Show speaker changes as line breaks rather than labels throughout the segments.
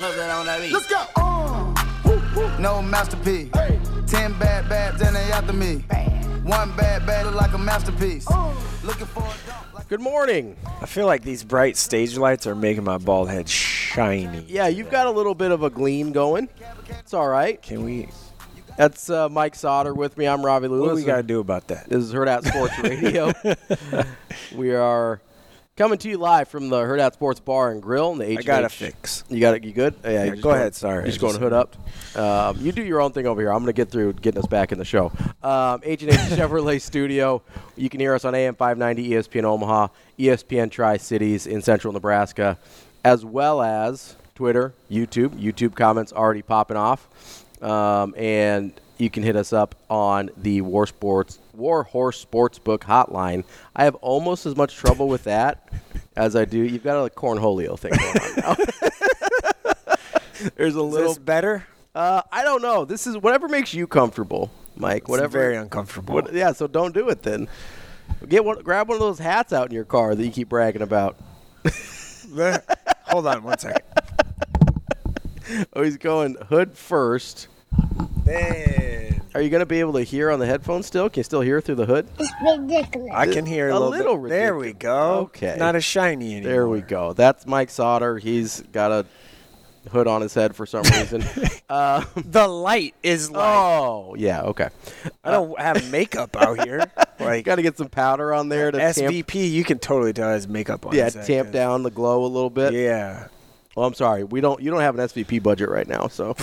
Love that on that beat.
Let's go.
Uh, No masterpiece. Ten bad babs and they after me. One bad bad look like a masterpiece.
Uh.
Looking for a dump like
Good morning.
I feel like these bright stage lights are making my bald head shiny.
Yeah, you've got a little bit of a gleam going. It's all right.
Can we?
That's uh, Mike Sauter with me. I'm Robbie Lewis.
What do we got to do about that?
This is Herd Out Sports Radio. we are coming to you live from the Herd Out Sports Bar and Grill. And the
I got a
H&H.
fix.
You got it. You good?
Yeah,
you
go
just
ahead, sorry.
You're just
I
going
just-
hood up. Um, you do your own thing over here. I'm going to get through getting us back in the show. Um, Agent H Chevrolet Studio. You can hear us on AM 590 ESPN Omaha, E ESPN Tri Cities in Central Nebraska, as well as Twitter, YouTube. YouTube comments already popping off, um, and you can hit us up on the War Sports War Horse Sportsbook Hotline. I have almost as much trouble with that. As I do, you've got a like, cornholio thing going on now. There's a
Is
little
this better?
uh, I don't know. This is whatever makes you comfortable, Mike. Whatever.
very uncomfortable.
What- yeah, so don't do it then. Get one, grab one of those hats out in your car that you keep bragging about.
Hold on one second.
Oh, he's going hood first.
Man,
Are you going to be able to hear on the headphones still? Can you still hear through the hood?
I can hear a,
A
little.
little
bit. There we go.
Okay.
Not as shiny anymore.
There we go. That's Mike Sauter. He's got a hood on his head for some reason. uh,
The light is like.
oh, yeah. Okay.
I don't have makeup out here. Like
Got to get some powder on there to
SVP,
tamp,
you can totally tell has makeup on.
yeah,
his head,
tamp
'cause-
down the glow a little bit.
Yeah.
Well, I'm sorry. We don't. You don't have an SVP budget right now, so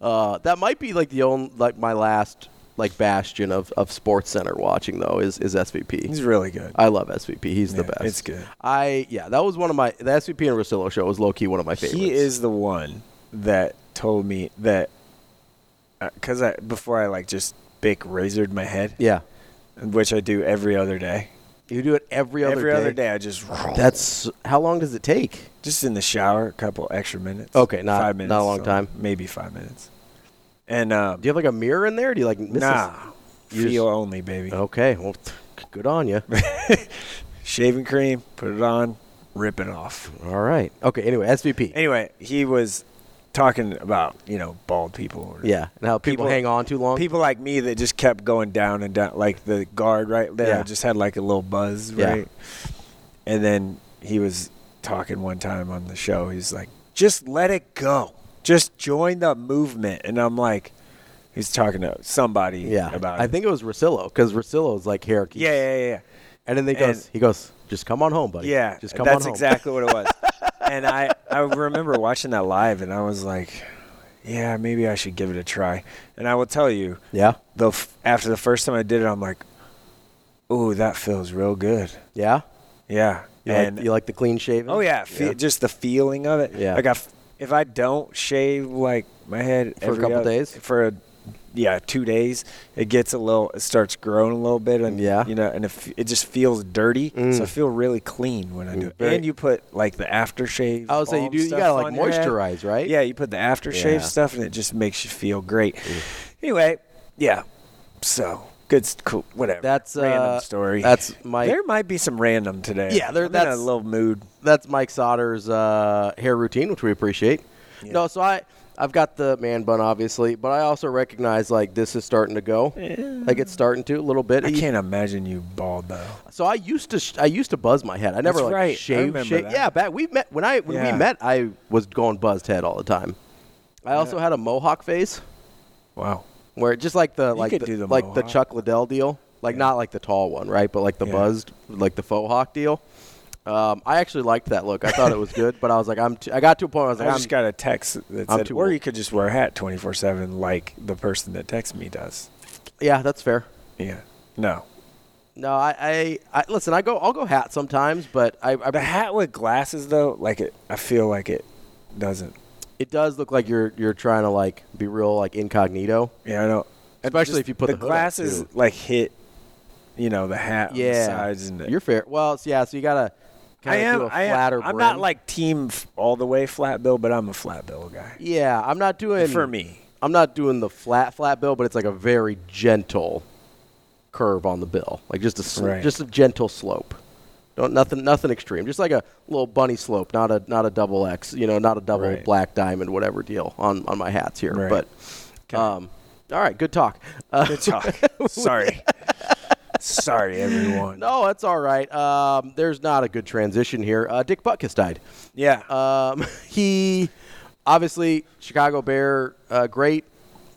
uh, that might be like the only like my last like bastion of of Sports Center watching though is is SVP.
He's really good.
I love SVP. He's the
Yeah,
best.
it's good.
I yeah, that was one of my the SVP and Rosillo show was low key one of my favorites.
He is the one that told me that because I before I like just big razored my head,
Yeah,
which I do every other day.
you do it every other
every
day.
other day, I just
That's how long does it take?
just in the shower, a couple extra minutes.
Okay, not-
five minutes,
not a long
so
time.
maybe five minutes. And uh,
Do you have like a mirror in there? Do you like miss You
nah,
just- Oh.
feel only, baby.
this? Okay, well, good on you.
Shaving cream, put it on, rip it off.
All right. Okay. Anyway, SVP.
Anyway, he was talking about you know bald people. Or
Yeah. Now people,
People-
hang on too long.
people like me that just kept going down and down, like the guard right there,
Yeah.
just had like a little buzz,
Yeah.
right? And then he was talking one time on the show. He's like, "Just let it go. Just join the movement." And I'm like, he's talking to somebody
yeah.
about.
I
it.
think it was Rosillo because Rosillo's like hair. keeps-
Yeah, yeah, yeah,
And then they
And-
goes, he goes, just come on home, buddy.
yeah.
Just come
That's
on home.
exactly what it was. and I, I remember watching that live, and I was like, "Yeah, maybe I should give it a try." And I will tell you,
Yeah.
the f- after the first time I did it, I'm like, "Ooh, that feels real good."
Yeah.
Yeah,
You,
and
like, you like the clean shaven?
oh yeah, fe- just the feeling of it.
Yeah.
like I f- if I don't shave like my head
For a
every
couple
oth-
days?
for a, yeah two days, it gets a little, it starts growing a little bit, and
Yeah.
you know, and it, f- it just feels dirty. So I
Mm.
feel really clean when I do it.
Very-
And you put like the aftershave.
I would say you
balm
do. You
stuff
gotta like
on your head.
moisturize, right?
Yeah, you put the aftershave
Yeah. Mm.
stuff, and it just makes you feel great. Anyway, yeah, so Good, s- cool, whatever.
That's, uh,
random story.
that's Mike-
There might be some random today.
Yeah, there-
I'm
that's-
in a little mood.
that's Mike Sauter's uh, hair routine, which we appreciate. No, so I I've got the man bun obviously, but I also recognize like this is starting to go, like it's starting to a little bit.
I can't imagine you bald though.
So I used to sh- I used to buzz my head. I never
That's
like
right. I
shaved.
remember
shaved.
that.
Yeah, back we met when I when
Yeah.
we met I was going buzzed head all the time. I also had a mohawk phase
Wow.
where just like the like
could
the,
do the
like the
mohawk.
Chuck Liddell deal, like not like the tall one, right? But like the
Yeah.
buzzed like the faux hawk deal. Um, I actually liked that look. I thought it was good, but I was like, I'm. T- I got to a point. Where I was
I
like, I'm,
just got a text that
I'm
said,
too
or
old.
you could just wear a hat 24 seven like the person that texts me does.
yeah, that's fair.
Yeah. No.
No, I, I, I listen. I go. I'll go hat sometimes, but I,
The
I
hat with glasses though, like it, I feel like it doesn't.
it does look like you're you're trying to like be real like incognito.
Yeah, I don't. and
Especially
just
if you put the hood up,
glasses
too.
like hit, you know, the hat. on the
Yeah,
sides and it-
you're fair. Well, it's- yeah. So you gotta.
I
kinda
am.
Do a
I am.
flatter
I'm not
brim.
like team f- all the way flat bill, but I'm a flat bill guy.
Yeah, I'm not doing
For me.
I'm not doing the flat flat bill, but it's like a very gentle curve on the bill, like just a sl-
Right.
just a gentle slope. Don't nothing nothing extreme, just like a little bunny slope, not a not a double X, you know, not a double
Right.
black diamond, whatever deal on on my hats here.
Right.
But um, all right, good talk. Uh,
Good talk. Sorry. Sorry, everyone.
no, that's all right. Um, there's not a good transition here. Uh, Dick Butkus died.
Yeah.
Um, he obviously Chicago Bear uh, great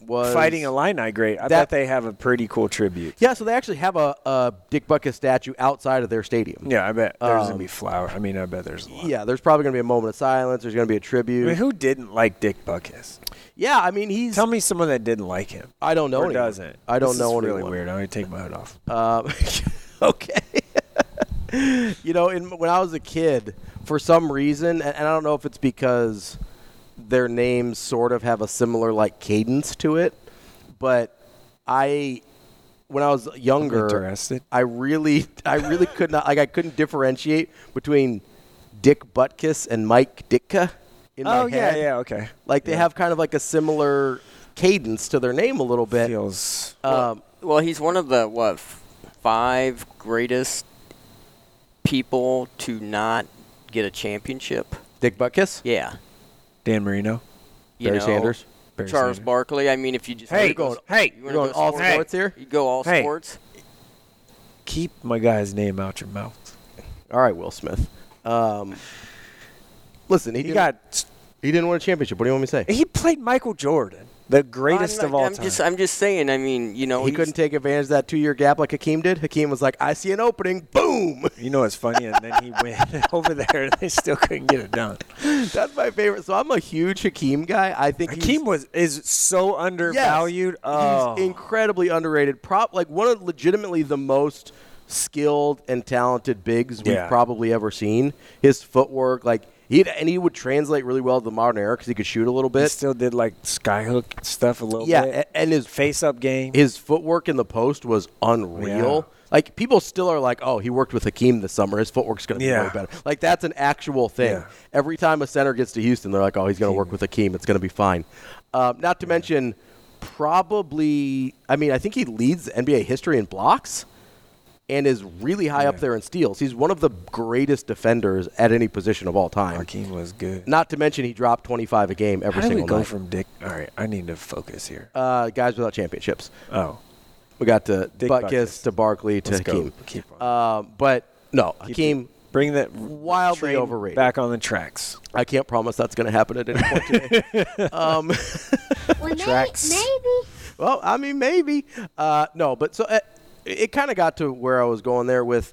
was
Fighting Illini, great. I
that-
bet they have a pretty cool tribute.
Yeah, so they actually have a, a Dick Buckus statue outside of their stadium.
Yeah, I bet there's gonna be flower. I mean, I bet there's a lot.
Um, Yeah, there's probably going to be a moment of silence. There's going to be a
I
tribute.
mean, who didn't like Dick Buckus?
yeah, I mean, he's.
Tell me someone that didn't like him.
I don't know
Or
anyone.
doesn't.
I don't
This
know
is really
anyone.
weird. I'm gonna take my hood off.
Um, okay. you know, in, when I was a kid, for some reason, and, and I don't know if it's because their names sort of have a similar like cadence to it, but I, when I was younger,
interested.
I really, I really could not like I couldn't differentiate between Dick Butkus and Mike Ditka in my
oh yeah,
head.
yeah, okay.
Like they
Yeah.
have kind of like a similar cadence to their name a little bit.
feels
um,
Well, he's one of the what f- five greatest people to not get a championship.
Dick Butkus.
Yeah,
Dan Marino.
you
Barry
know,
Sanders.
Barry
Charles
Sanders.
Barkley. I mean, if you just
Hey,
you
going-
go,
hey,
you
you're
wanna
going
go
all
sports?
sports here?
You go all
Hey.
sports.
Keep my guy's name out your mouth.
All right, Will Smith. Um, listen, he,
He
didn't,
got.
he didn't win a championship. What do you want me to say?
He played Michael Jordan, the greatest
I'm,
of all
I'm
time.
Just, I'm just saying. I mean, you know,
He
he's-
couldn't take advantage of that two-year gap like Hakeem did. Hakeem was like, "I see an opening, boom."
you know what's funny? And then he went over there, and they still couldn't get it done.
That's my favorite. So I'm a huge Hakeem guy. I think he's-
Hakeem was is so
Yes.
undervalued. Oh,
He's incredibly underrated. Prop like one of legitimately the most skilled and talented bigs we've
Yeah.
probably ever seen. His footwork, like he and he would translate really well to the modern era because he could shoot a little
he
bit.
still did like skyhook stuff a little
Yeah,
bit.
a- and his
face up eh, game.
His footwork in the post was unreal.
Yeah.
Like people still are like, oh, he worked with Hakeem this summer. His footwork's going to
Yeah.
be way better. Like that's an actual thing.
Yeah.
Every time a center gets to Houston, they're like, oh, he's going to work with Hakeem. It's going to be fine. Um, not to mention, probably. I mean, I think he leads NBA history in blocks, and is really high up
Yeah.
there in steals. He's one of the greatest defenders at any position of all time.
Hakeem was good.
Not to mention, he dropped 25 a game every
How do we
single
go
night.
from Dick? All right, I need to focus here.
uh, guys without championships.
oh,
We got to
Dick
Butkus,
Butkus.
to Barkley, to
Let's go.
Hakeem.
Keep
Um, but no,
Keep
Hakeem,
it- Bring that
wildly
train
overrated.
Back on the tracks.
I can't promise that's going to happen at any point today. um,
Well, may-
Tracks.
maybe.
well, I mean, maybe. Uh, no, but so uh, it, it kind of got to where I was going there with,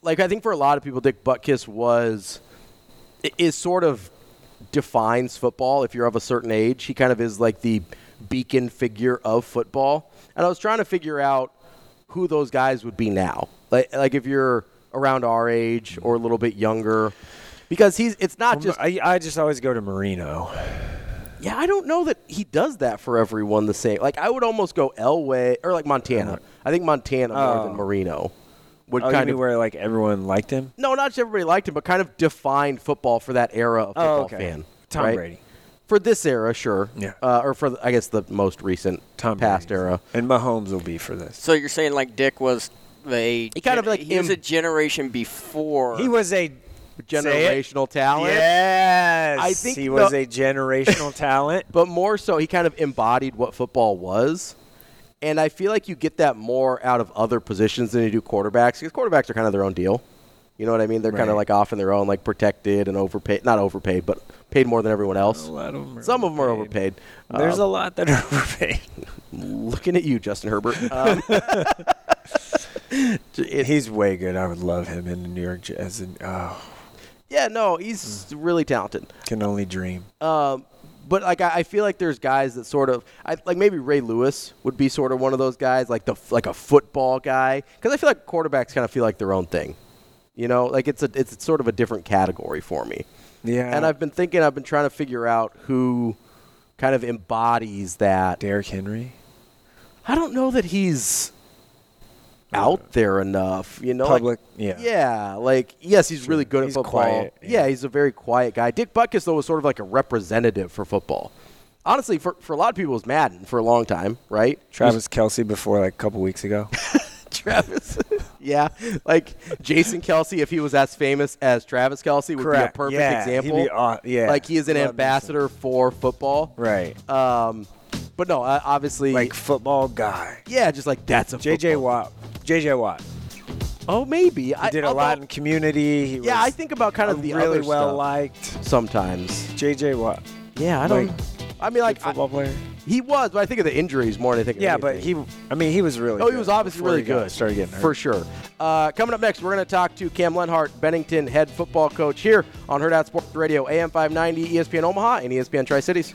like, I think for a lot of people, Dick Butkus was, i- is sort of defines football if you're of a certain age. He kind of is like the beacon figure of football. And I was trying to figure out who those guys would be now. Like, like if you're around our age or a little bit younger. Because he's, it's not just
I, I just always go to Marino.
yeah, I don't know that he does that for everyone the same. Like I would almost go Elway or like Montana. I think Montana more than Marino would
Uh-huh. Oh, you
kind
mean
of
where like everyone liked him?
no, not just everybody liked him, but kind of defined football for that era of football fan.
Oh, Tom
right?
Brady.
for this era, sure.
Yeah.
Uh, or for the, I guess the most recent
Tom
past
Brady's.
era.
and Mahomes will be for this.
So you're saying like Dick was a
He kind of, like,
he was
im-
a generation before.
He was a
Generational talent.
Yes,
Oh, I think
he was
the-
a generational talent.
but more so he kind of embodied what football was. And I feel like you get that more out of other positions than you do quarterbacks because quarterbacks are kind of their own deal. You know what I mean? They're kind
Right.
of like off in their own, like protected and overpaid. Not overpaid, but paid more than everyone else.
A lot of 'em are
Some of them are overpaid.
There's
Um,
a lot that are overpaid.
looking at you, Justin Herbert. Um, it-
He's way good. I would love him in the New York Jets. And, oh,
yeah, no, he's really talented.
can only dream.
Um, but like I, I feel like there's guys that sort of I, like maybe Ray Lewis would be sort of one of those guys like the f- like a football guy because I feel like quarterbacks kind of feel like their own thing, you know, like it's a it's sort of a different category for me.
Yeah.
And I've been thinking I've been trying to figure out who kind of embodies that.
Derrick Henry,
I don't know that he's out there enough, you know. like-
public. yeah.
yeah, like yes, he's really good at
He's
football.
quiet,
yeah.
yeah.
he's a very quiet guy. Dick Butkus though was sort of like a representative for football. Honestly, for, for a lot of people, it was Madden for a long time, right?
Travis Kelsey before like a couple weeks ago.
Travis, yeah, like Jason Kelsey, if he was as famous as Travis Kelsey, would
Correct.
be a perfect
Yeah, he'd
example.
be aw- yeah.
like he is an
Love me some.
ambassador for football,
right.
Um, but no, uh, obviously,
like football guy.
yeah, just like that's a
JJ
football-
Watt. JJ Watt.
Oh, maybe I
He did a lot in community. He
Yeah,
was
I think about kind of the
really
other
well
stuff
liked.
sometimes.
JJ Watt.
Yeah, I don't.
Like,
I mean, like
Good football
I-
player.
he was, but I think of the injuries more than I think. of
Yeah, but
anything.
he. I mean, he was really.
Oh, he
good
was obviously
before
really
he got-
good.
Started getting hurt.
for sure. Uh, coming up next, we're going to talk to Cam Lenhart, E Bennington head football coach here on Herd Out Sports Radio, AM 590, ESPN Omaha, and ESPN Tri Cities.